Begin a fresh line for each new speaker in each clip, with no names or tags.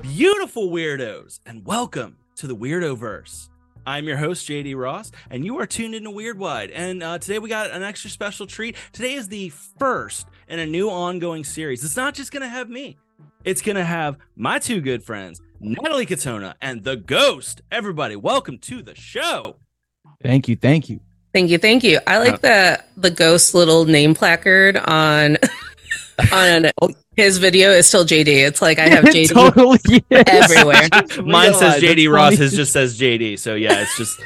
beautiful weirdos, and welcome to the Weirdoverse. I'm your host, JD Ross, and you are tuned into Weird Wide. And uh, today we got an extra special treat. Today is the first in a new ongoing series. It's not just going to have me, it's going to have my two good friends, Natalie Katona and The Ghost. Everybody, welcome to the show.
Thank you, thank you.
Thank you, thank you. I
Uh,
like the the ghost little name placard on on
Oh.
his video is still JD. It's like I have JD
totally. yes.
everywhere.
Mine says
Realize,
JD
that's
Ross,
funny.
his just says JD. So yeah, it's just.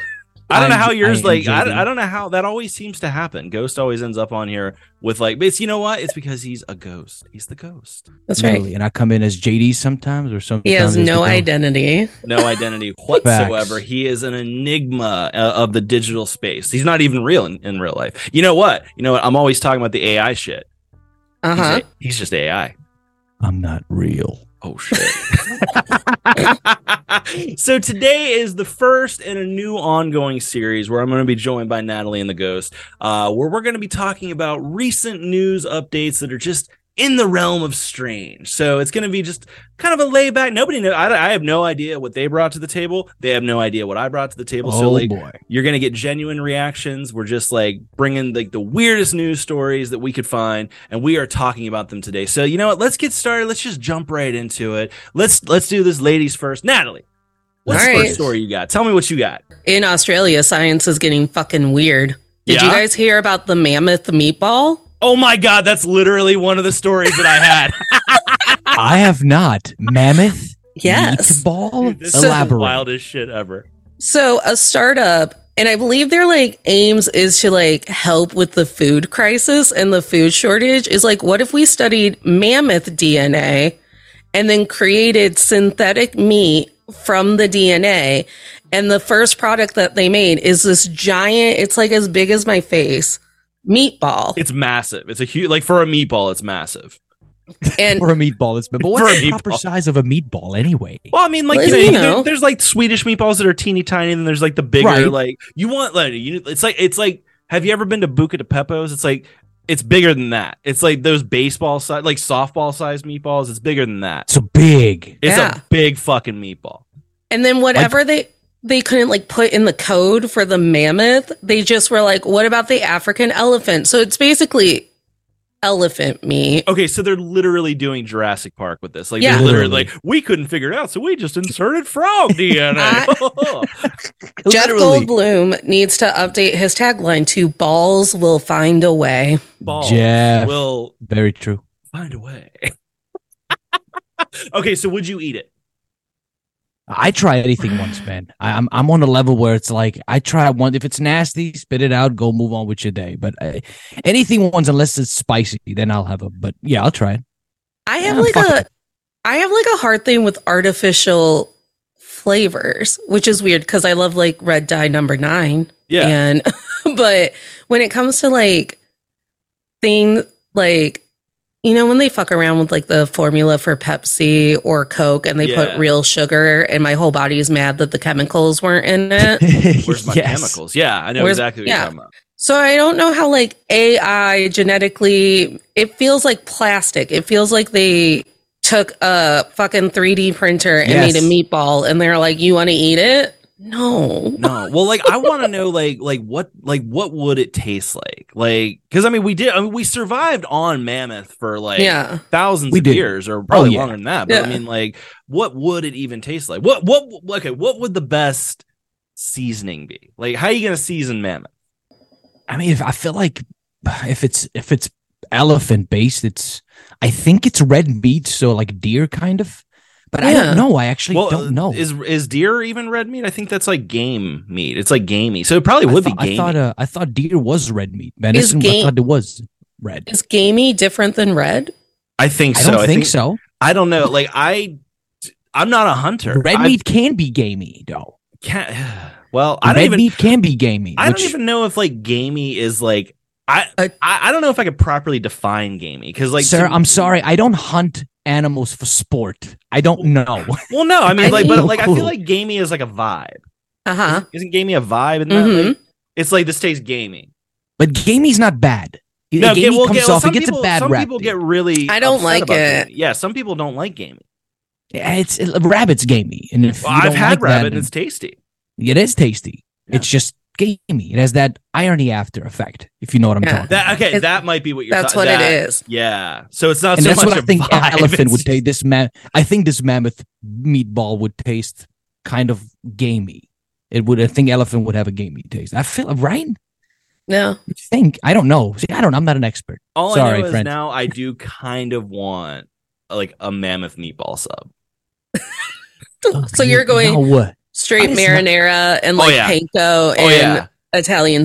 I don't know
I'm-
how yours
I am
like I,
JD.
I don't know how that always seems to happen. Ghost always ends up on here with like but it's you know what? It's because he's a ghost. He's the ghost.
That's right.
Totally. And I come in as JD sometimes, or sometimes
He has
as
no
the-
identity.
No identity whatsoever.
Facts.
He is an enigma uh, of the digital space. He's not even real in, in real life. You know what? You know what? I'm always talking about the AI shit.
Uh
He's,
Uh-huh.
huh.
a- he's just AI.
I'm not real.
Oh shit. so today is the first in a new ongoing series where I'm going to be joined by Natalie and the Ghost, uh, where we're going to be talking about recent news updates that are just in the realm of strange. So it's going to be just kind of a layback. Nobody know. I, I have no idea what they brought to the table. They have no idea what I brought to the table. so
oh
like,
boy.
you're gonna get genuine reactions. We're just like bringing like the weirdest news stories that we could find, and we are talking about them today. So you know what? Let's get started. Let's just jump right into it. Let's let's do this, ladies first. Natalie, what's
All
the
right.
first story you got? Tell me what you got.
In Australia, science is getting fucking weird. Did you
Yeah?
guys hear about the mammoth meatball?
Oh my god, that's literally one of the stories that I had.
I have not mammoth.
Yes.
Meatball.
Dude, this is the
Elaborate.
wildest shit ever.
So a startup, and I believe their like aims is to like help with the food crisis and the food shortage. Is like, what if we studied mammoth DNA and then created synthetic meat from the DNA? And the first product that they made is this giant. It's like as big as my face meatball,
It's massive. It's a huge like for a meatball. It's massive.
and
For a meatball, it's but
For
what's
a
the proper
meatball.
size of a meatball anyway?
Well, I mean, like
Well,
you know,
you
there-
know.
there's like Swedish meatballs that are teeny tiny, and then there's like the bigger,
Right.
like you want like you. It's like it's like. Have you ever been to Buca de Pepo's? It's like it's bigger than that. It's like those baseball size, like softball size meatballs. It's bigger than that.
So big.
It's
Yeah.
a big fucking meatball.
And then whatever they they couldn't like put in the code for the mammoth, they just were like, what about the African elephant? So it's basically elephant meat.
Okay, so they're literally doing Jurassic Park with this. Like
Yeah.
they're literally like we couldn't figure it out, so we just inserted frog DNA.
Jeff
Oh, Literally.
Goldblum needs to update his tagline to "Balls will find a way."
Balls
Jeff.
will
Very true.
find a way. okay, so would you eat it?
I try anything once, man. I, I'm I'm on a level where it's like I try one. If it's nasty, spit it out. Go move on with your day. But I, anything once, unless it's spicy, then I'll have a. But yeah, I'll try it.
I have
Yeah,
like
fuck
a I have like a hard thing with artificial flavors, which is weird because I love like red dye number nine.
Yeah.
And but when it comes to like thing like you know when they fuck around with like the formula for Pepsi or Coke and they
Yeah.
put real sugar and my whole body is mad that the chemicals weren't in it.
Where's my
Yes.
chemicals? Yeah, I know
Where's-
exactly what
yeah.
you're talking about.
So I don't know how like AI genetically it feels like plastic. It feels like they took a fucking 3D printer and
Yes.
made a meatball and they're like, "You want to eat it?" No.
No, well, like I want to know, like, like what, like what would it taste like, like because I mean we did, I mean we survived on mammoth for like
yeah.
thousands
We
of
did. Oh,
years or probably
yeah.
longer than that. But I
Yeah.
mean, like, what would it even taste like? What, what, okay, what would the best seasoning be? Like, how are you gonna season mammoth?
I mean, if I feel like if it's if it's elephant based, it's I think it's red meat, so like deer kind of. But I
Yeah.
don't know. I actually
well,
don't know.
Is is deer even red meat? I think that's like game meat. It's like gamey, so it probably
I
would
thought,
be
I
gamey.
thought uh, I thought deer was red meat. Venison.
game-
I thought it was red.
Is gamey different than red?
I think
I
so.
don't think, so.
I don't know. Like I. I'm not a hunter.
Red
I
meat can be gamey though.
can't. Well, I don't
red
even.
meat can be gamey.
I
which- Uh,
don't even know if like gamey is like I I,
I-
I don't know if I could properly define gamey because like
sir,
to-
I'm sorry. I don't hunt animals for sport. I don't know.
Well, no, I mean
I
like but
mean-
like I feel like gamey is like a vibe.
Uh-huh.
Isn't gamey a vibe? In that?
Mhm.
Like, it's like this tastes gamey.
but gamey's not bad. It-
No,
gamey
ga- well,
comes
ga- well,
off.
some
It gets
people,
a bad
Some
rap.
people
dude.
get really.
I don't
upset
like
about
it.
gamey. Yeah, some people don't like gamey.
It's it, rabbit's gamey, and if
Well,
you
I've
don't
had
like
rabbit
that,
and it's tasty.
it is tasty.
Yeah.
It's just gamey. It has that irony after effect, if you know what I'm
Yeah.
talking. about.
That okay,
It's-
that might be what you're.
That's
ta-
what it
that-
is.
Yeah, so it's not
and
so
that's
much
what I
a
think an
vibe,
elephant
it's
would
just-
taste. This man, I think this mammoth meatball would taste kind of gamey. It would. I think elephant would have a gamey taste. I feel right.
No.
You think I don't know. See, I don't. I'm not an expert.
All I
Sorry,
know is
friend.
now I do kind of want like a mammoth meatball sub.
So you're going
Oh, No, what?
straight
It's not-
marinara and
Oh,
like
yeah.
panko and
Oh yeah,
Italian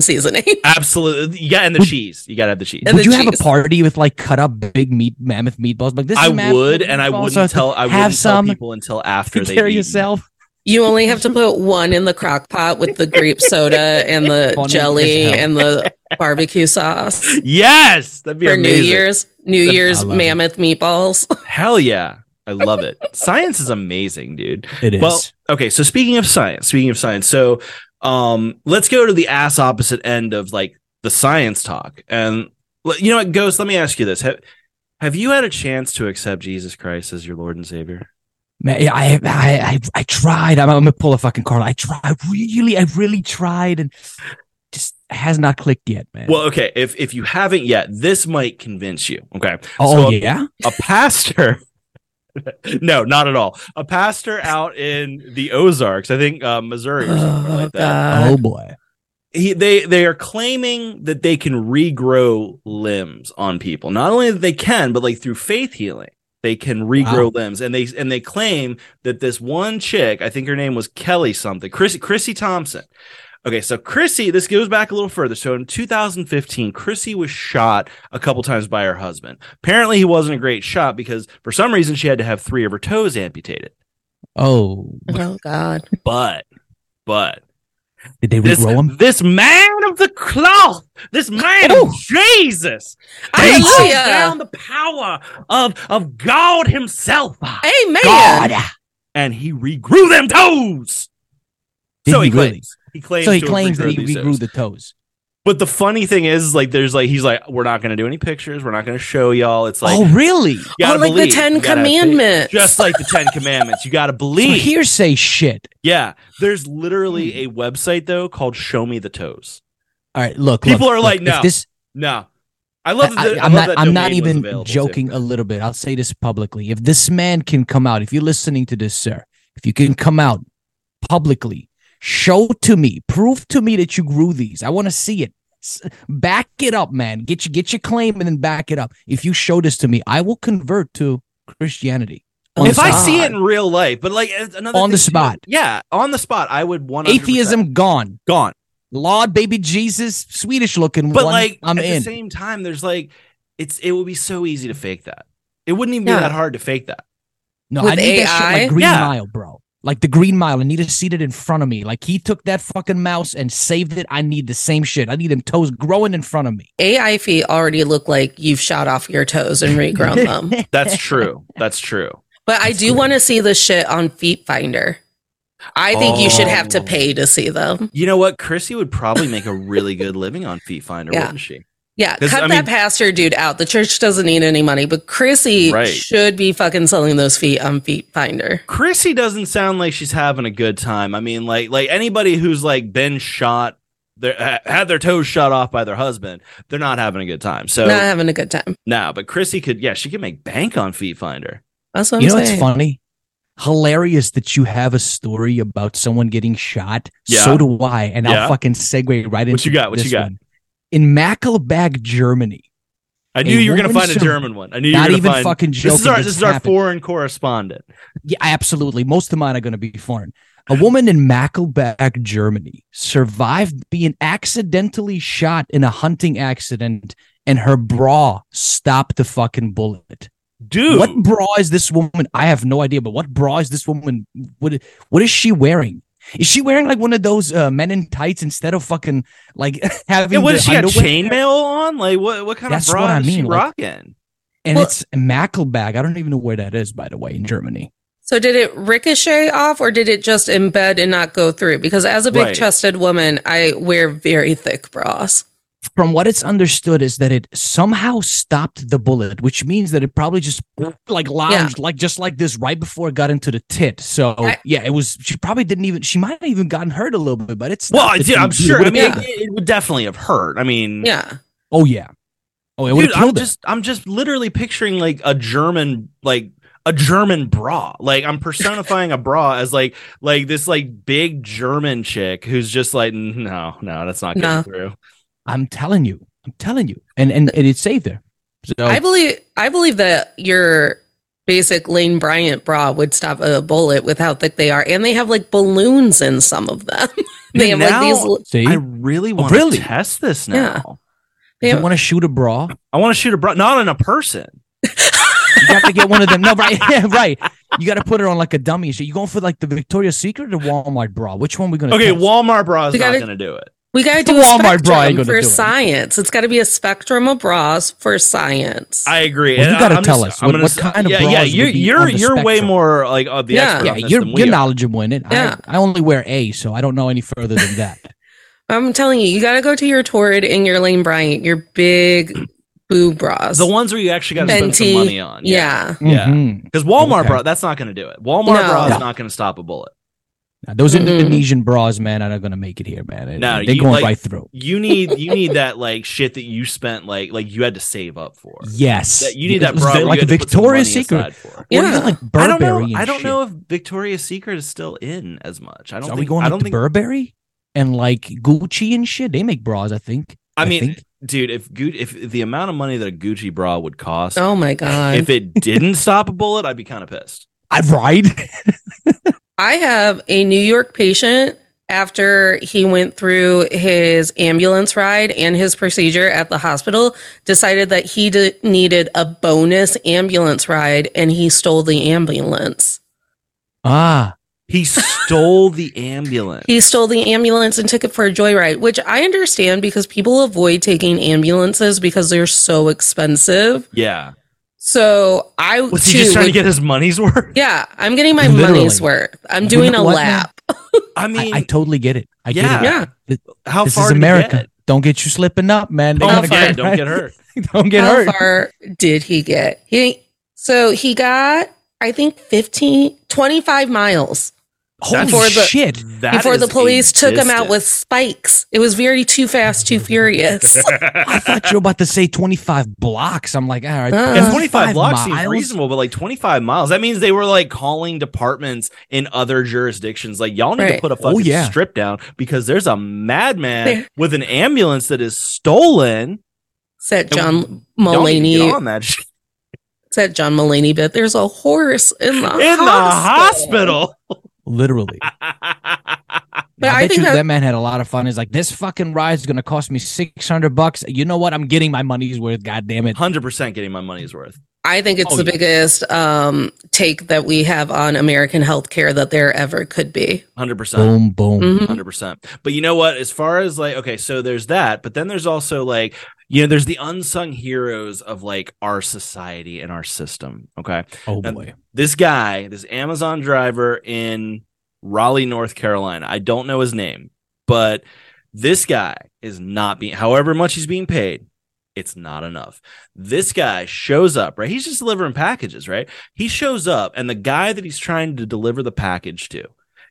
seasoning.
absolutely. Yeah, and the
Would-
cheese. You gotta have the cheese.
And
Would
the
you have a
cheese.
party with like cut up big meat mammoth meatballs? Like this.
I
is mammoth
would, and I
meatballs,
wouldn't
so have to
tell. I wouldn't
have some
tell people until after they
prepare
eat.
yourself.
You only have to put one in the crock pot with the grape soda and the
Funny
jelly
as hell.
and the barbecue sauce
Yes, that'd be
for New
amazing.
Year's. New
I
Year's
love it.
mammoth meatballs.
Hell yeah, I love it. Science is amazing, dude.
It is.
Well, okay. So speaking of science, speaking of science, so um, let's go to the ass opposite end of like the science talk. And l- you know what, Ghost? Let me ask you this: have, have you had a chance to accept Jesus Christ as your Lord and Savior?
Man, I, I, I, I tried. I'm, I'm gonna pull a fucking card. I tried. I really, I really tried, and just has not clicked yet, man.
Well, okay. If if you haven't yet, this might convince you. Okay.
oh
so-
yeah,
a pastor no not at all a pastor out in the ozarks i think uh, missouri or something
Oh,
like that
oh
God.
boy.
he, they they are claiming that they can regrow limbs on people not only that they can but like through faith healing they can regrow limbs and they and they claim that this one chick i think her name was kelly something Chris, chrissy thompson okay so chrissy this goes back a little further so in 2015 chrissy was shot a couple times by her husband apparently he wasn't a great shot because for some reason she had to have three of her toes amputated
Oh,
Oh God.
but but
did they
this,
regrow him?
this man of the cloth, this man
Ooh.
of Jesus,
Thank
breaks
Hallelujah.
down the power of of God Himself,
Amen.
God.
and He regrew them toes.
Did
so he,
he really?
claims. He claims.
So he
to have
claims that he
regrown these
regrew
toes.
the toes.
But the funny thing is, like, there's like he's like, we're not going to do any pictures. We're not going to show y'all. It's like,
oh really?
you gotta
oh, like
believe.
the Ten
You gotta have faith.
Commandments.
Just like the Ten Commandments, you got to
So
believe.
hearsay shit.
yeah, there's
Hmm.
literally a website though called Show Me the Toes.
All right, look.
People
look,
are
look,
like,
if
no.
This,
No, I love.
I,
That the, I love
am not.
that
I'm not
domain was
even
available, too.
joking a little bit. I'll say this publicly. If this man can come out, if you're listening to this, sir, if you can come out publicly, show to me, prove to me that you grew these. I want to see it. S- Back it up, man. Get your get your claim and then back it up. If you show this to me, I will convert to Christianity.
Oh,
on
If
the
I
spot.
see it in real life, but like it's another
On the
thing, too.
spot.
yeah, on the spot, I would one
atheism gone,
gone.
Lord, baby Jesus, Swedish looking
But
one.
like
I'm
at
in.
the same time, there's like it's it would be so easy to fake that. It wouldn't even
Yeah.
be that hard to fake that.
No,
With
I need that shit
AI?
like Green
Yeah.
Mile, bro. Like the Green Mile. I need to seat it in front of me. Like he took that fucking mouse and saved it. I need the same shit. I need them toes growing in front of me.
AI feet E already look like you've shot off your toes and regrown them.
That's true. That's true.
But I
That's
do
great.
want to see the shit on Feet Finder. I think you should have to
Oh.
pay to see them.
You know what? Chrissy would probably make a really good living on Feet Finder,
Yeah.
wouldn't she?
Yeah,
'Cause,
cut
I mean-
that pastor dude out. The church doesn't need any money, but Chrissy
Right.
should be fucking selling those feet on Feet Finder.
Chrissy doesn't sound like she's having a good time. I mean, like like anybody who's like been shot, their ha- had their toes shot off by their husband, they're not having a good time. So
Not having a good time.
No, but Chrissy could, yeah, she could make bank on Feet Finder.
That's what
you
I'm
know what's
saying.
funny? Hilarious that you have a story about someone getting shot.
Yeah.
So do I. And
Yeah.
I'll fucking segue right into
What you got? What you
this
got?
one. In Mackelbach, Germany.
I knew
A
you were going to
woman
find a
sur-
German one. I knew you were
Not
going to
even
find.
fucking joking.
This is our this, is our
happened.
foreign correspondent.
Yeah, absolutely. Most of mine are going to be foreign. A woman in Mackelbach, Germany, survived being accidentally shot in a hunting accident, and her bra stopped the fucking bullet.
Dude,
What bra is this woman? I have no idea, but what bra is this woman? What What is she wearing? Is she wearing like one of those uh, men in tights instead of fucking like
yeah,
having?
what
the
does she got
underwear?
chainmail on? Like what what kind
That's
of bra
what I
is she
mean, like-
rocking?
And
Well-
it's Mackelbach. I don't even know where that is, by the way, in Germany.
So did it ricochet off or did it just embed and not go through? Because as a
Right.
big chested woman, I wear very thick bras.
from what it's understood is that it somehow stopped the bullet, which means that it probably just like lodged like just like this right before it got into the tit. So
I-
yeah, it was. She probably didn't even. She might have even gotten hurt a little bit, but it's
Well, dude, I'm sure. I mean,
Yeah.
it, it would definitely have hurt. I mean,
Yeah.
oh yeah, oh it would
dude,
have
I'm
killed her.
just, I'm just literally picturing like a German, like a German bra. Like I'm personifying a bra as like, like this like big German chick who's just like, no, no, that's not going
No.
through.
I'm telling you, I'm telling you, and and, and it saved her. So
I believe I believe that your basic Lane Bryant bra would stop a bullet with how thick they are, and they have like balloons in some of them. they
Dude,
have like these.
now-
l-
see,
I
I,
really
Oh,
want to
really?
test this now.
Yeah. They
you
have,
want to shoot a bra?
I want to shoot a bra, not on a person.
You have to get one of them. No, right, yeah, right. You got to put her on like a dummy. So you going for like the Victoria's Secret or Walmart bra? Which one we gonna?
Okay,
test?
Walmart bra is
We
not
gotta-
going to do it.
we gotta
The
do a
Walmart bra ain't
spectrum
gonna do
for
it.
science. It's got to be a spectrum of bras for science.
I agree.
Well,
And
you gotta
I- I'm
tell
just-
us
I'm
what-
gonna
what
s-
kind of
yeah, yeah.
bras
You're
would be
you're
on the
you're way
spectrum.
more like of the
Yeah.
expert
yeah,
on this
you're
than we
you're
are.
knowledgeable in it.
Yeah.
I, I only wear A, so I don't know any further than that.
I'm telling you, you gotta go to your Torrid and your Lane Bryant, your big boob bras.
The ones where you actually got to spend some
Fenty,
money on.
yeah.
Yeah.
Mhm.
Because Walmart
Okay.
bra, that's not going to do it. Walmart
No.
bra
No.
is not going to stop a bullet.
Now, those
Mm-mm.
Mm-hmm.
Indonesian bras, man, are not gonna make it here, man.
No,
they're
you,
going
like-
right through.
You need you need that like shit that you spent like like you had to save up for.
Yes,
That you need
Yeah,
that bra. you
like
had to put some
Victoria's
money
Secret.
aside for.
Or
Yeah.
even like
I don't
Burberry.
know.
and
I don't
shit.
know if Victoria's Secret is still in as much. I don't
Are
think.
we going
I
like
don't
to
think.
Burberry and like Gucci and shit? They make bras, I think.
I mean,
think.
dude, if Gucci, if the amount of money that a Gucci bra would cost,
Oh my god.
if it didn't stop a bullet, I'd be kind of pissed.
I right.
I have a New York patient after he went through his ambulance ride and his procedure at the hospital decided that he d- needed a bonus ambulance ride and he stole the ambulance.
ah,
He stole the ambulance.
He stole the ambulance and took it for a joyride, which I understand because people avoid taking ambulances because they're so expensive.
yeah.
So I
Was he just trying to get his money's worth?
Yeah, I'm getting my
Literally.
money's worth. I'm
You
doing
know
a
what, man?
lap.
I
I,
mean,
I totally get it. I get it.
Yeah.
how
this
far
is
did he
America.
get?
Don't get you slipping up, man. They
Oh,
How
gotta
don't
far?
get, don't
right?
get hurt.
don't get
How
hurt.
far did he get? He so he got I think 15 25 miles
Holy
Before the-
shit!
That
before
is
the
a
police took him out with
distance.
spikes. It was very too fast, too furious.
I thought you were about to say twenty-five blocks. I'm like, all right.
Uh,
and 25 blocks seems
miles?
reasonable, but like 25 miles, that means they were like calling departments in other jurisdictions. Like, y'all need to
Right.
put a
Oh,
fucking
yeah.
strip down because there's a madman
There.
with an ambulance that is stolen.
Said
And
John
Y'all need to get
Mulaney.
on that shit.
Said John Mulaney bit. There's a horse in the
in the hospital.
Literally.
But
I,
I
bet
think
you
that-
that man had a lot of fun. He's like, this fucking ride's gonna cost me six hundred bucks. You know what? I'm getting my money's worth. God damn it.
100% getting my money's worth.
I think it's
Oh,
the
yeah.
biggest um, take that we have on American healthcare that there ever could be.
100%.
Boom, boom.
Mhm.
hundred percent. But you know what? As far as like, okay, so there's that, but then there's also like, you know, there's the unsung heroes of like our society and our system. Okay,
Oh
And-
boy.
this guy, this Amazon driver in Raleigh, North Carolina. I don't know his name, but this guy is not being. However much he's being paid, it's not enough. This guy shows up, right? He's just delivering packages, right? He shows up, and the guy that he's trying to deliver the package to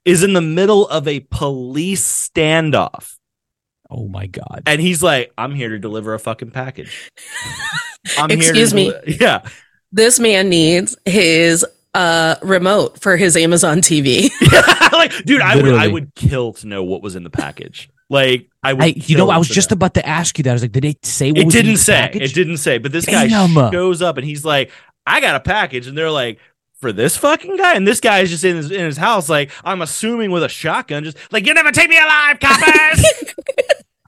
is in the middle of a police standoff.
Oh my god.
And he's like, I'm here to deliver a fucking package. I'm
Excuse me.
deli- yeah.
This man needs his uh, remote for his Amazon TV.
like, dude, I would, I
Literally.
would kill to know what was in the package. Like, I would.
I, you know,
kill
I was
to
just
know.
about to ask you that. I was like, did they say what
It
was in
didn't
the
say.
package?
It didn't say. But this guy
Damn.
shows up and he's like, "I got a package," and they're like, "For this fucking guy," and this guy is just in his in his house, like I'm assuming with a shotgun, just like you never take me alive, coppers.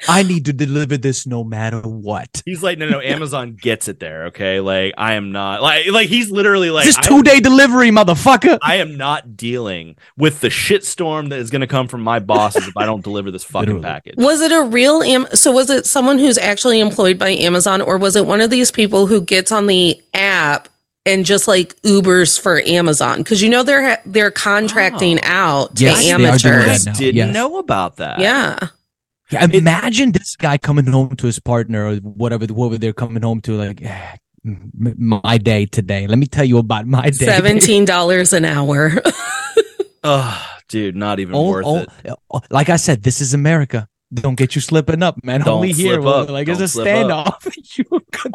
I need to deliver this no matter what.
he's like, "No, no, Amazon gets it there, okay? Like I am not like like he's literally like
this
I-
two day delivery, motherfucker.
I am not dealing with the shitstorm that is going to come from my bosses if I don't deliver this fucking
Literally.
package.
Was it a real am- so was it someone who's actually employed by Amazon or was it one of these people who gets on the app and just like Ubers for Amazon cuz you know they're ha- they're contracting
Oh.
out to
Yes, they are doing
I
that
amateurs.
now.
didn't
Yes.
know about that.
Yeah.
Imagine this guy coming home to his partner or whatever, whatever they're coming home to, like "Ah, m- m- my day today. Let me tell you about my day.
Seventeen dollars an hour.
Oh, dude, not even
Oh,
worth
oh,
it.
oh, like I said, this is America. Don't get you slipping up, man.
Don't
Only here,
slip up.
like
Don't
it's a
slip up.
standoff. You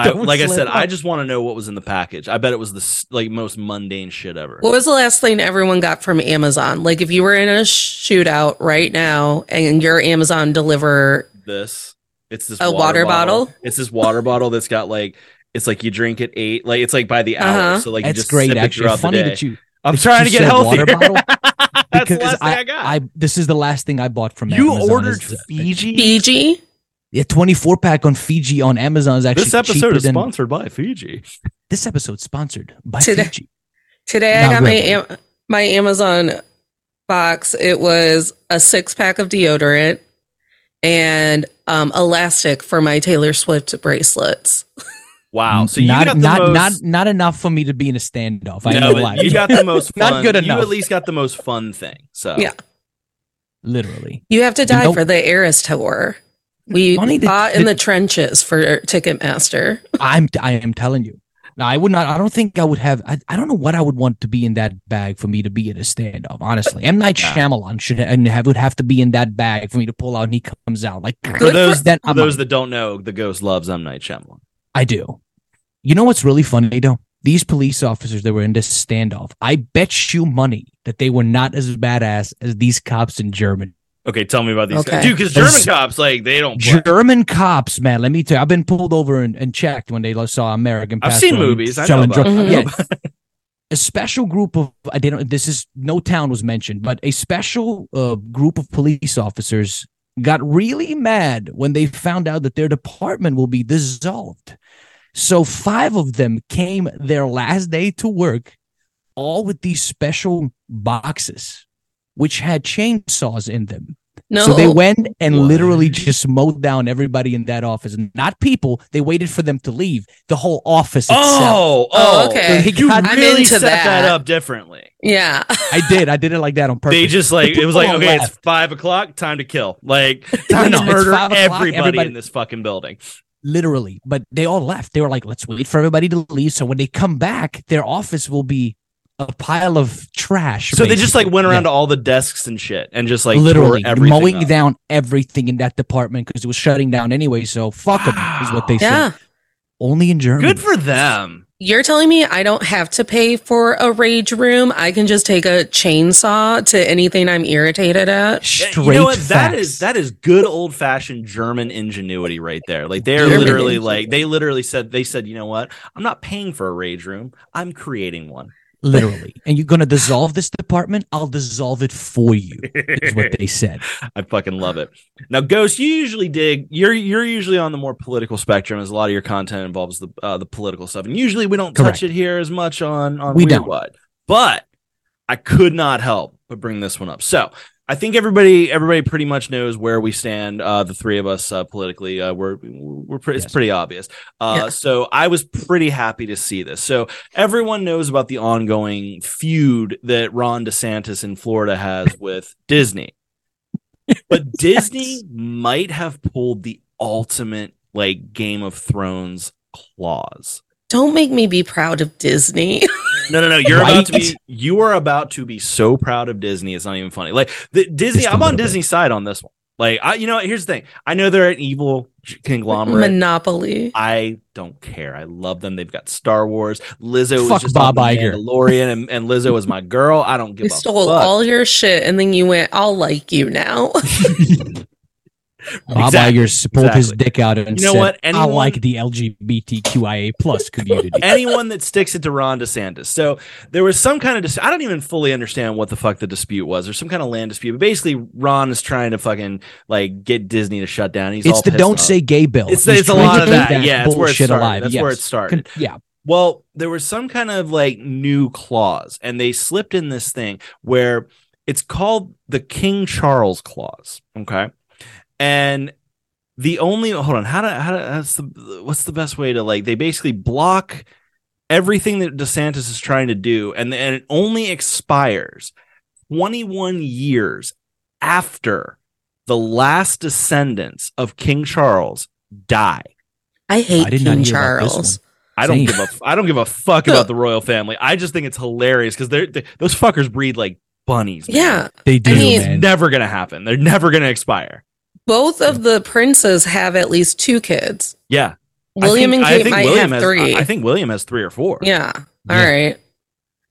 I,
don't
like I said,
slip
I
up.
just want to know what was in the package. I bet it was the s- like most mundane shit ever.
What was the last thing everyone got from Amazon? Like, if you were in a shootout right now and your Amazon deliver,
this. It's this
A water bottle?
It's this water bottle that's got like it's like you drink at eight, like it's like by the hour.
Uh-huh.
So like you
That's
just
great.
sip it
Actually,
throughout the
funny
day.
that you.
I'm
that
trying
you
to get
said
healthier.
water bottle,
that's the
because
last thing I got.
I this is the last thing I bought from
you
Amazon,
ordered
is-
Fiji.
Fiji.
Yeah, twenty four pack on Fiji on Amazon is actually
This episode
cheaper
is
than-
sponsored by Fiji.
This episode sponsored by
Today.
Fiji.
Today I
Not
got my
really.
Am- my Amazon box. It was a six pack of deodorant and um, elastic for my Taylor Swift bracelets.
Wow. So you
not
got the
not
most,
not not enough for me to be in a standoff. I
no,
know
but
why.
you got the most
Not
fun-
good
You
enough.
at least got the most fun thing. So
Yeah.
literally.
You have to
And
die
don't-
for the Eras tour. We
Funny that-
fought in
that-
the trenches for Ticketmaster.
I'm I am telling you. Now, I would not. I don't think I would have. I, I don't know what I would want to be in that bag for me to be in a standoff. Honestly, M Night
Yeah.
Shyamalan should and have would have to be in that bag for me to pull out and he comes out like.
For those
then
for
I'm
those
out.
that don't know, the ghost loves M Night Shyamalan.
I do. You know what's really funny though? These police officers that were in this standoff. I bet you money that they were not as badass as these cops in Germany.
Okay, tell me about these
Okay.
guys. dude. Because
Those-
German cops, like they don't. Play.
German cops, man. Let me tell you, I've been pulled over and, and checked when they saw American.
I've
pastor
seen
on
movies. I know
selling
about.
drugs.
I know
Yeah.
about-
a special group of I didn't this is no town was mentioned, but a special uh, group of police officers got really mad when they found out that their department will be dissolved. So five of them came their last day to work, all with these special boxes, which had chainsaws in them.
No,
So they
Oh.
went and
What?
literally just mowed down everybody in that office. Not people. They waited for them to leave. The whole office itself.
Oh,
Oh,
oh,
okay.
He
You
got-
I'm
really
into
set that.
that.
up differently.
yeah.
I did. I did it like that on purpose.
They just like it was like
people
okay, it's
left.
five o'clock, time to kill. Like
I
time
know,
to
it's
murder
five o'clock,
everybody,
everybody-
in this fucking building.
literally but they all left they were like let's wait for everybody to leave so when they come back their office will be a pile of trash
So they just like
basically.
went around to
Yeah.
all the desks and shit and just like
literally
tore everything
mowing
up.
down everything in that department because it was shutting down anyway so fuck them is what they said
Yeah.
only in germany
Good for them.
You're telling me I don't have to pay for a rage room. I can just take a chainsaw to anything I'm irritated at.
Yeah,
straight
you know what? That
facts.
is that is good old fashioned German ingenuity right there. Like they're
German
literally
ingenuity.
like they literally said they said, you know what? I'm not paying for a rage room. I'm creating one.
literally and you're gonna dissolve this department i'll dissolve it for you is what they said
I fucking love it. Now, Ghost, you usually dig. You're you're usually on the more political spectrum, as a lot of your content involves the uh, the political stuff, and usually we don't touch
Correct.
it here as much on on
We
Weird
don't.
Wide. But I could not help but bring this one up. So I think everybody everybody pretty much knows where we stand. Uh, the three of us uh, politically, uh, we're we're pretty, it's
Yes.
pretty obvious. Uh,
Yeah.
So I was pretty happy to see this. So everyone knows about the ongoing feud that Ron DeSantis in Florida has with Disney. But Disney might have pulled the ultimate like Game of Thrones clause.
Don't make me be proud of Disney.
No, no, no. You're about to be
Right?
you are about to be so proud of Disney. It's not even funny. Like the Disney,
Just a
I'm on
little bit.
Disney's side on this one. Like I you know, what? here's the thing. I know they're an evil conglomerate.
Monopoly.
I don't care. I love them. They've got Star Wars. Lizzo is
Fuck
just
Bob
on The
Iger.
Mandalorian, and, and Lizzo is my girl. I don't give
You
a
stole
fuck.
all your shit and then you went, I'll like you now.
Bob
Exactly.
Iger pulled his
Exactly.
dick out and
You know
said,
what? Anyone-
"I like the LGBTQIA plus community."
anyone that sticks it to Ron DeSantis. So there was some kind of dis- I don't even fully understand what the fuck the dispute was. There's some kind of land dispute, but basically Ron is trying to fucking like get Disney to shut down. He's all
it's the
pissed
"Don't
off.
say gay" bill.
It's-
He's
it's a
trying
lot
to
of
keep
that. Yeah, it's where it
bullshit
started.
alive.
That's
yes.
where it started.
Con- yeah,
Well, there was some kind of like new clause, and they slipped in this thing where it's called the King Charles clause. Okay, and the only hold on how to how to that's the, what's the best way to like they basically block everything that DeSantis is trying to do, and and it only expires twenty one years after the last descendants of King Charles die.
I hate
I did not
King
hear about this one.
Charles.
I don't
Same.
give a I don't give a fuck about the royal family. I just think it's hilarious because they're they, those fuckers breed like bunnies. man.
Yeah,
They do,
mean-
man.
never gonna happen. They're never gonna expire.
both of the princes have at least two kids.
Yeah,
William
I think,
and Kate might
William
have
has,
three.
I think William has three or four.
yeah. All
Yeah.
right.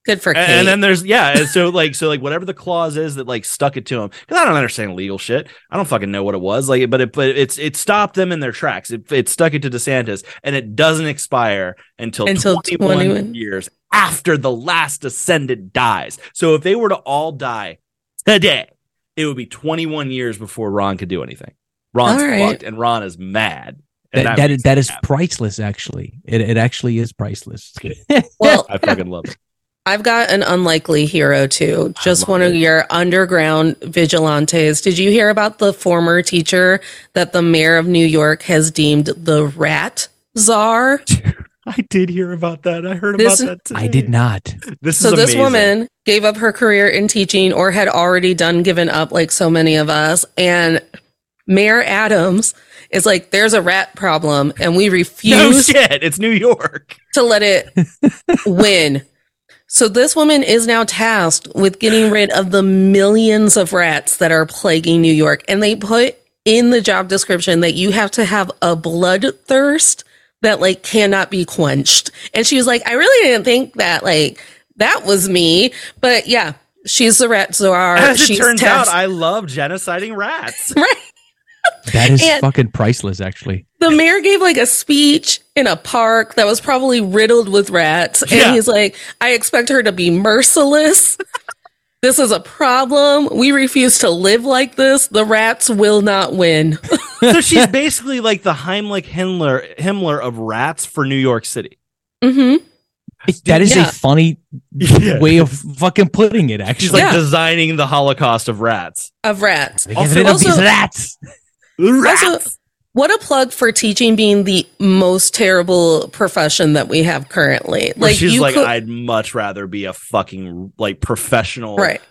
Good for
A-
Kate.
And, then there's yeah, and so like so like whatever the clause is that like stuck it to him because I don't understand legal shit. I don't fucking know what it was like, but it but it's it stopped them in their tracks. It, it stuck it to DeSantis, and it doesn't expire until
Until
21,
21.
years after the last descendant dies. So if they were to all die today, it would be 21 years before Ron could do anything. Ron's
All right.
fucked, and Ron is mad. And
That,
makes
that, that
me
is
happy.
priceless, actually. It, it actually is priceless.
well,
I fucking love it.
I've got an unlikely hero too.
I
Just
love
one of
it.
your underground vigilantes. Did you hear about the former teacher that the mayor of New York has deemed the rat czar?
I did hear about that. I heard
This-
about that. Today.
I did not.
This
so
is
this
amazing.
woman gave up her career in teaching or had already done given up like so many of us and mayor adams is like there's a rat problem and we
No
refuse
shit, it's New York.
to let it win so this woman is now tasked with getting rid of the millions of rats that are plaguing new york and they put in the job description that you have to have a bloodthirst that like cannot be quenched. And she was like, I really didn't think that like that was me. But yeah, she's the rat czar.
As it
she's
turns out,
tasked-
I love genociding rats.
right.
That is
And-
fucking priceless, actually.
The mayor gave like a speech in a park that was probably riddled with rats. And
Yeah.
he's like, I expect her to be merciless. this is a problem. We refuse to live like this. The rats will not win.
so she's basically like the Heimlich Himmler Himmler of rats for New York City.
hmm
That is
Yeah.
a funny
Yeah.
way of fucking putting it, actually.
She's like
Yeah.
designing the Holocaust of rats.
Of rats.
They get rid of
Also-
these rats.
Rats.
Also, what a plug for teaching being the most terrible profession that we have currently.
Where she's
you
like,
could-
I'd much rather be a fucking like professional
right.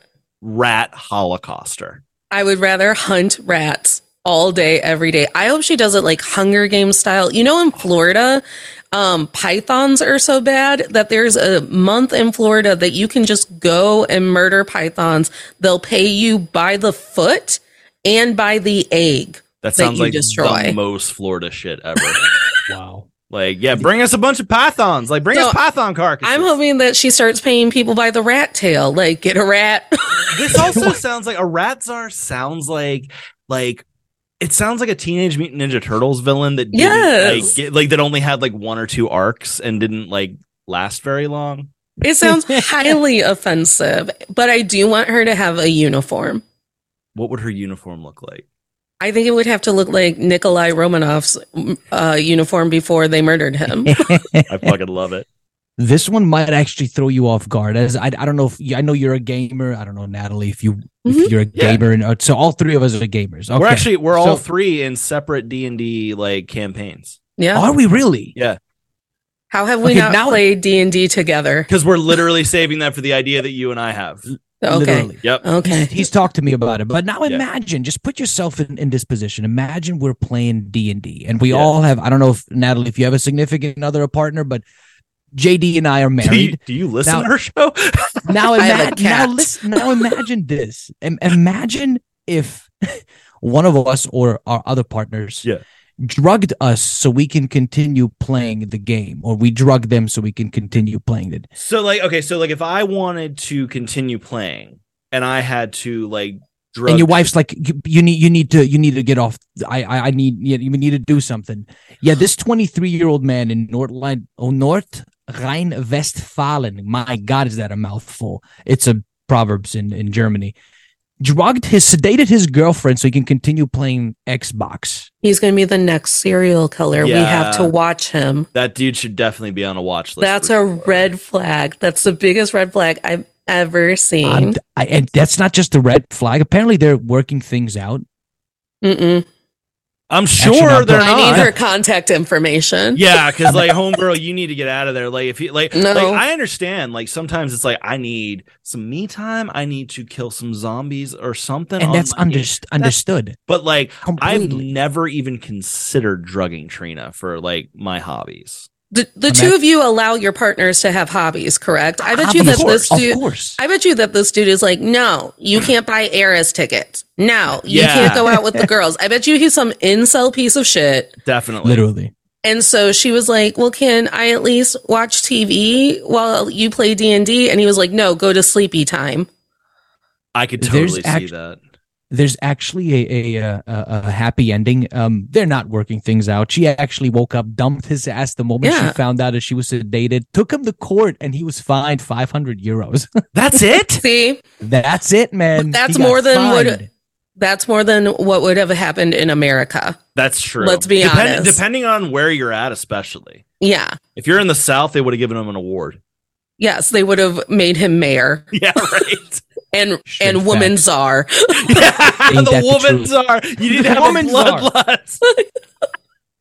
rat holocauster.
I would rather hunt rats all day, every day. I hope she does it like Hunger Games style. You know, in Florida, um, pythons are so bad that there's a month in Florida that you can just go and murder pythons. They'll pay you by the foot and by the egg.
That
That
sounds
you
like the
destroy.
most Florida shit ever.
Wow.
like, yeah, bring us a bunch of pythons. Like, bring
So,
us python carcasses.
I'm hoping that she starts paying people by the rat tail. Like, get a rat.
This also sounds like a rat czar sounds like like it sounds like a teenage mutant ninja turtles villain that didn't,
Yes.
like, get, like that only had like one or two arcs and didn't like last very long.
It sounds highly offensive, but I do want her to have a uniform.
What would her uniform look like?
I think it would have to look like Nikolai Romanov's uh, uniform before they murdered him.
I fucking love it.
This one might actually throw you off guard. As I, I don't know if you, I know you're a gamer. I don't know Natalie if you
Mhm.
if you're a
Yeah.
gamer and uh, so all three of us are gamers. Okay.
We're actually we're all
So-
three in separate D and D like campaigns
Yeah.
Are we really?
Yeah.
How have we
Okay,
not
now-
played D and D together?
because we're literally saving that for the idea that you and I have.
Okay.
Literally.
Yep.
Okay.
He's, he's talked to me about it, but now
Yeah.
imagine, just put yourself in, in this position. Imagine we're playing D and D, and we
Yeah.
all have. I don't know if Natalie, if you have a significant other or partner, but JD and I are
Do you,
married.
do you listen
Now-
to her show?
now,
I have a
imagine. now,
cat.
listen, now imagine this. Im- imagine if one of us or our other partners
Yeah.
drugged us so we can continue playing the game, or we drug them so we can continue playing it.
So like okay, so like if I wanted to continue playing and I had to like drug
and your wife's like you, you need you need to you need to get off i i, I need you, you need to do something yeah this 23 year old man in north line oh north rhine westphalen my god is that a mouthful it's a proverbs in in germany drugged his sedated his girlfriend so he can continue playing xbox
He's going to be the next serial killer. We have to
Yeah.
watch him.
That dude should definitely be on a watch list.
That's
for
a
sure.
red flag. That's the biggest red flag I've ever
I'm-
seen.
I, and that's not just the red flag apparently they're working things out
Mm-mm.
I'm
Actually,
sure
not
they're
done.
I need
not.
her contact information.
Yeah, because like homegirl, you need to get out of there. Like if you like,
No.
like I understand. Like sometimes it's like I need some me time. I need to kill some zombies or something.
Oh
and
on
that's
my
under-
day.
understood
But like I've
completely.
never even considered drugging Trina for like my hobbies.
The, the
I'm
two
at-
of you allow your partners to have hobbies, correct? I bet you
of
that
course,
this dude.
of course.
I bet you that this dude is like, no, you can't buy Eras tickets. No, you
Yeah.
can't go out with the girls. I bet you he's some incel piece of shit.
Definitely.
Literally,
And so she was like, "Well, can I at least watch TV while you play D and D?" And he was like, "No, go to sleepy time."
I could
There's
totally
act-
see that.
there's actually a a, uh, a a happy ending. Um, they're not working things out. She actually woke up, dumped his ass the moment
Yeah.
she found out that she was sedated. Took him to court, and he was fined 500 euros.
That's it.
See,
that's it, man.
That's
He got
more than what-
fined.
that's more than what would have happened in America.
That's true.
Let's be
Depend-
honest.
Depending on where you're at, especially
Yeah.
if you're in the South, they would have given him an award.
Yes, they would have made him mayor
Yeah, right.
and
Straight
and woman czar.
yeah,
Ain't
the
that the
woman czar. You need to
The
have a
woman czar.
bloodlust.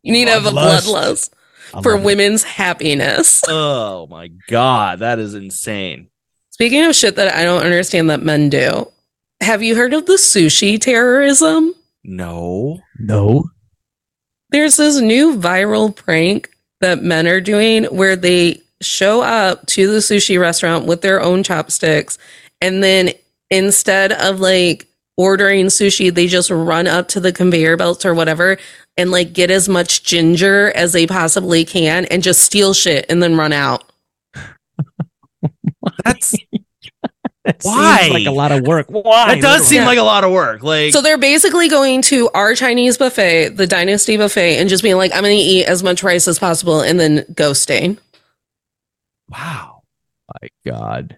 You need to have a
Bloodlust.
bloodlust
I
for
love it.
women's happiness.
Oh my god, that is insane.
Speaking of shit that I don't understand that men do, have you heard of the sushi terrorism?
No.
No,
There's this new viral prank that men are doing where they show up to the sushi restaurant with their own chopsticks and then instead of like ordering sushi, they just run up to the conveyor belts or whatever and like get as much ginger as they possibly can and just steal shit and then run out.
That's
that seems
Why?
like a lot of work. Why?
that does seem
Yeah.
like a lot of work. Like
So they're basically going to our Chinese buffet, the Dynasty buffet, and just being like, I'm going to eat as much rice as possible and then ghosting.
wow.
Oh My God.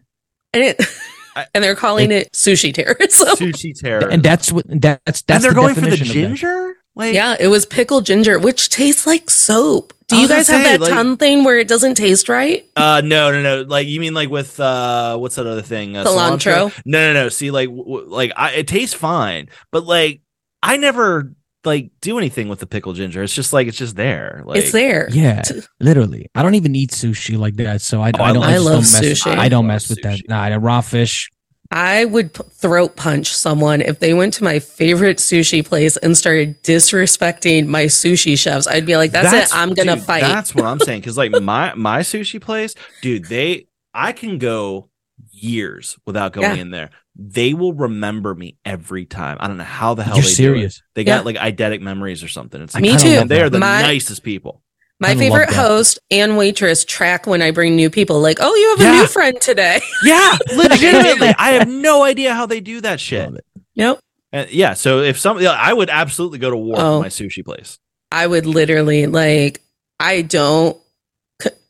And it.
I-
And they're calling it sushi terrorism.
Sushi terror.
And that's what that's that's
and they're
the
going for the
definition of that.
ginger? Like
Yeah, it was pickled ginger, which tastes like soap. Do
I
you
was gonna
guys have
say,
that
like-
tongue thing where it doesn't taste right?
uh no, no, no. Like you mean like with uh what's that other thing? Uh,
Cilantro.
No, no, no. See like w- w- like I, it tastes fine, but like I never like do anything with the pickled ginger. It's just like it's just there. Like
it's there.
Yeah,
T-
literally. I don't even eat sushi like that, so I,
Oh, I
I don't.
love-
I,
I
just
love
don't mess,
sushi.
I don't
I love
mess with that.
sushi.
Nah, the raw fish.
I would p- throat punch someone if they went to my favorite sushi place and started disrespecting my sushi chefs. I'd be like, that's, it. I'm going to
dude,
fight.
That's what I'm saying. Cause like my my sushi place, dude, they I can go years without going
Yeah.
in there. They will remember me every time. I don't know how the hell
You're
they do it.
serious.
They
Yeah.
got like eidetic memories or something. It's
I
like, oh,
Me
kinda
too.
love
they are
that.
the
My-
nicest people.
my
kinda love
favorite
that.
host and waitress track when I bring new people. Like, oh, you have a
Yeah.
new friend today.
Yeah, legitimately. I have no idea how they do that shit.
Love it.
Nope.
And yeah, so if some, yeah, I would absolutely go to war
Oh.
for my sushi place.
I would literally like I don't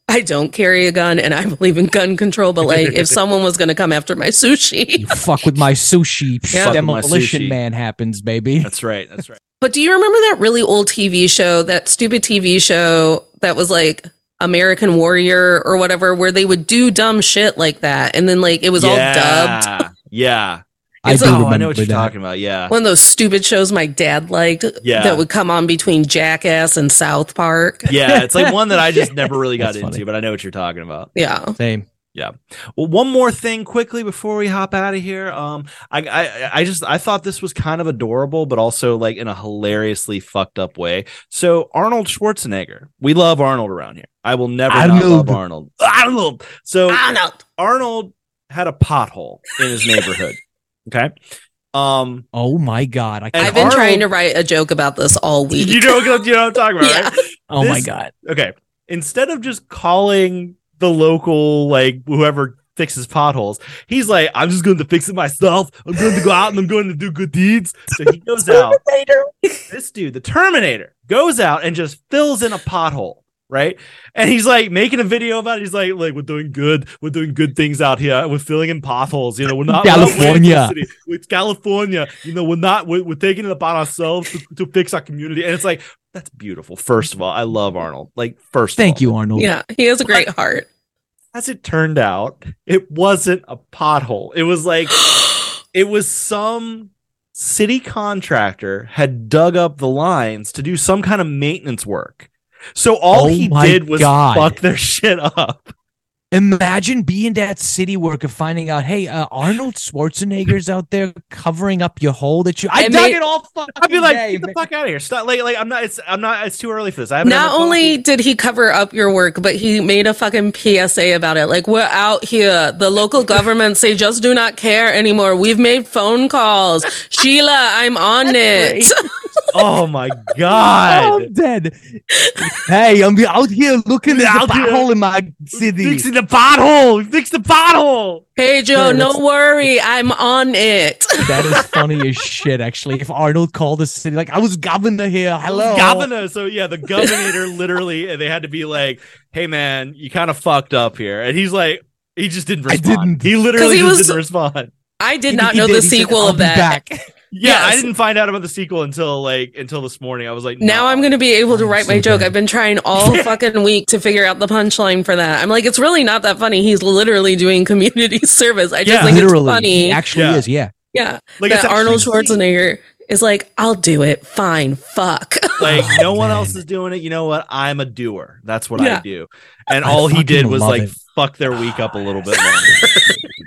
I don't carry a gun and I believe in gun control, but like if someone was gonna come after my sushi.
You fuck with my sushi.
Yeah.
psh,
Fuck with my
Demolition
sushi.
man happens, baby.
That's right. That's right.
But do you remember that really old TV show, that stupid TV show that was like American Warrior or whatever, where they would do dumb shit like that and then like it was all dubbed.
dubbed. Yeah.
I
It's
do
a-
Oh,
remember
I know what you're
that.
talking about. Yeah.
One of those stupid shows my dad liked
Yeah.
that would come on between Jackass and South Park.
yeah, it's like one that I just never really got
That's
into,
funny.
but I know what you're talking about.
Yeah.
Same.
Well, one more thing quickly before we hop out of here. Um, I, I, I just I thought this was kind of adorable, but also like in a hilariously fucked up way. So Arnold Schwarzenegger, we love Arnold around here. I will never not love
Arnold.
Arnold. Arnold. So
I don't know.
Arnold had a pothole in his neighborhood. okay. Um,
Oh my god. I
And
I've been
Arnold-
trying to write a joke about this all week.
you know, you know what I'm talking about, right?
Yeah.
oh my
this-
god.
okay instead of just calling the local like whoever fixes potholes he's like i'm just going to fix it myself i'm going to go out and i'm going to do good deeds so he goes out this dude the terminator goes out and just fills in a pothole right and he's like making a video about it he's like like we're doing good we're doing good things out here we're filling in potholes you know we're not we're not winning this
California.
city. it's california you know we're not we're, we're taking it upon ourselves to, to fix our community and it's like that's beautiful. First of all, I love Arnold. Like, first, of
Thank
all.
you, Arnold.
Yeah, he has a great heart.
As it turned out, it wasn't a pothole. It was like it was some city contractor had dug up the lines to do some kind of maintenance work. So all
Oh
he
my
did was
God.
fuck their shit up.
Imagine being that city worker finding out, hey, uh, Arnold Schwarzenegger's out there covering up your hole that you. I
And
dug
they-
it all fucking
I'd be like,
day,
get the
man."
fuck out of here. Stop like like I'm not it's I'm not it's too early for this. I haven't had
Not
my coffee.
only did he cover up your work, but he made a fucking PSA about it. Like, we're out here. The local governments say just do not care anymore. We've made phone calls. Sheila, I'm on it.
Oh my
Oh,
god.
I'm dead. hey, I'm out here looking at
Out
the
here.
pothole in my city.
Fixing the pothole. Fix the pothole.
Hey, Joe,
Sure,
no worry. I'm on it.
that is funny as shit, actually. If Arnold called the city, like, I was governor here. Hello.
Governor. So yeah, the governor literally, and they had to be like, "Hey man, you kind of fucked up here," and he's like, he just didn't
I
respond.
didn't.
He literally
he
just
was-
didn't respond.
I did
He-
not
he
know
did.
the
He said,
sequel
"I'll
of
be
that.
back."
Yeah, I
Yes.
didn't find out about the sequel until like until this morning. I was like,
Now
"Nah."
I'm going to be able to
I'm
write
so
my joke.
dead.
I've been trying all fucking week to figure out the punchline for that. I'm like, it's really not that funny. He's literally doing community service. I just
Yeah.
think
Literally.
it's funny.
It actually
Yeah.
is, yeah.
yeah.
like it's
that
actually-
Arnold Schwarzenegger is like, I'll do it. Fine. Fuck.
Like no one
Man.
else is doing it. You know what? I'm a doer. That's what I
Yeah.
do. And
I
all he
fucking
did was
love
like
it.
fuck their week up a little bit. Longer.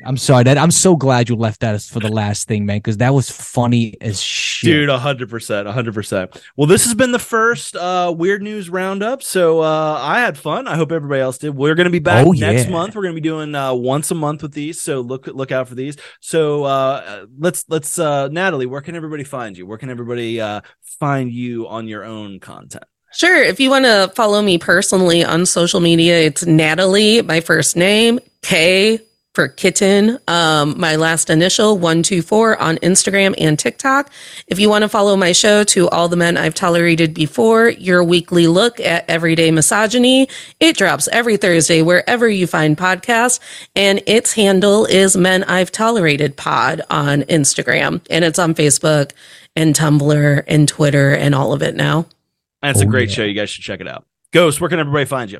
I'm sorry that I'm so glad you left that as for the last thing, man, because that was funny as shit.
Dude, hundred percent, hundred percent. Well, this has been the first uh, weird news roundup. So uh, I had fun. I hope everybody else did. We're going to be back
Oh,
next
yeah.
month. We're going to be doing uh, once a month with these. So look look out for these. So uh, let's let's uh, Natalie. Where can everybody find you? Where can everybody uh, find you on your own content?
Sure. If you want to follow me personally on social media, it's Natalie, my first name, K for kitten, um, my last initial, 124 on Instagram and TikTok. If you want to follow my show to All the Men I've Tolerated Before, your weekly look at everyday misogyny, it drops every Thursday wherever you find podcasts. And its handle is Men I've Tolerated Pod on Instagram. And it's on Facebook and Tumblr and Twitter and all of it now.
And it's a
Oh,
great
yeah.
show. You guys should check it out. Ghost. Where can everybody find you?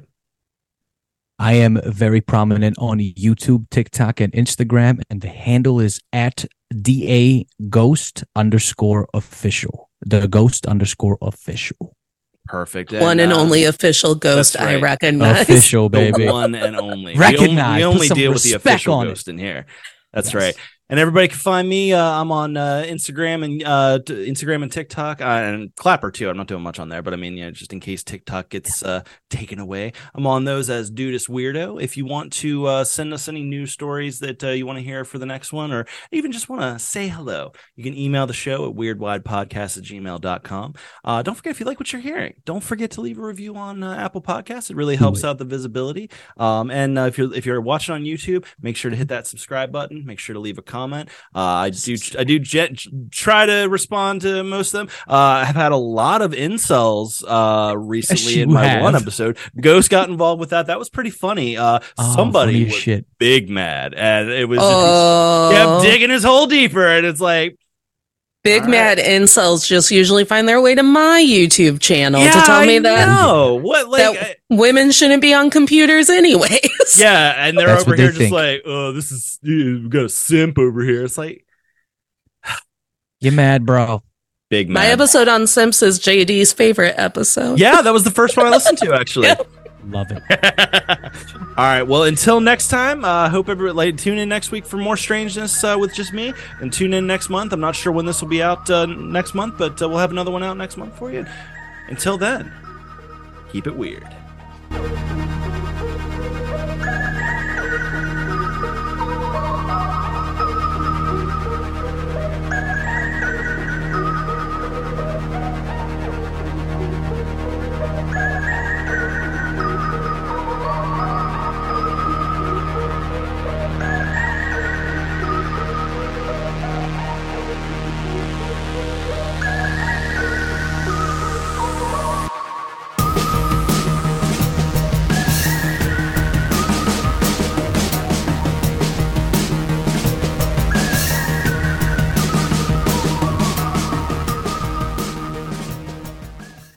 I am very prominent on YouTube, TikTok, and Instagram, and the handle is at da ghost underscore official. The ghost underscore official.
Perfect.
one and
uh,
only official ghost
that's
I
right.
recognize.
Official,
the
Oh, baby.
one and only. We only,
Recognize.
we
Put
only
some
deal with the
respect
official
on it.
ghost in here. That's
Yes.
right. And everybody can find me. Uh, I'm on uh, Instagram and uh, t- Instagram and TikTok uh, and Clapper too. I'm not doing much on there, but I mean, you know, just in case TikTok gets uh, taken away, I'm on those as Dudist Weirdo. If you want to uh, send us any news stories that uh, you want to hear for the next one, or even just want to say hello, you can email the show at weirdwidepodcast at gmail.com. Uh, don't forget if you like what you're hearing, don't forget to leave a review on uh, Apple Podcasts. It really
Do
helps
it.
out the visibility. Um, and uh, if you're if you're watching on YouTube, make sure to hit that subscribe button. Make sure to leave a comment. Uh, I do I do jet, try to respond to most of them. Uh, I've had a lot of incels uh, recently
you
in my
have.
one episode. Ghost got involved with that. That was pretty funny. Uh,
Oh,
somebody
funny as
was
shit.
big mad, and it was
Oh,
kept digging his hole deeper, and it's like
big
All right.
mad incels just usually find their way to my YouTube channel
yeah,
to tell
I
me that,
know. what like.
that
I-
women shouldn't be on computers anyways.
yeah, and they're
That's
over
what they
here just
think.
like, oh, this is we got a simp over here. It's like
You're mad, bro.
big
My
man.
episode on Simps is JD's favorite episode.
Yeah, that was the first one I listened to, actually.
Love it.
All right. Well, until next time, uh, hope everybody like, tune in next week for more strangeness uh, with just me, and tune in next month. I'm not sure when this will be out uh, next month, but uh, we'll have another one out next month for you. Until then, keep it weird.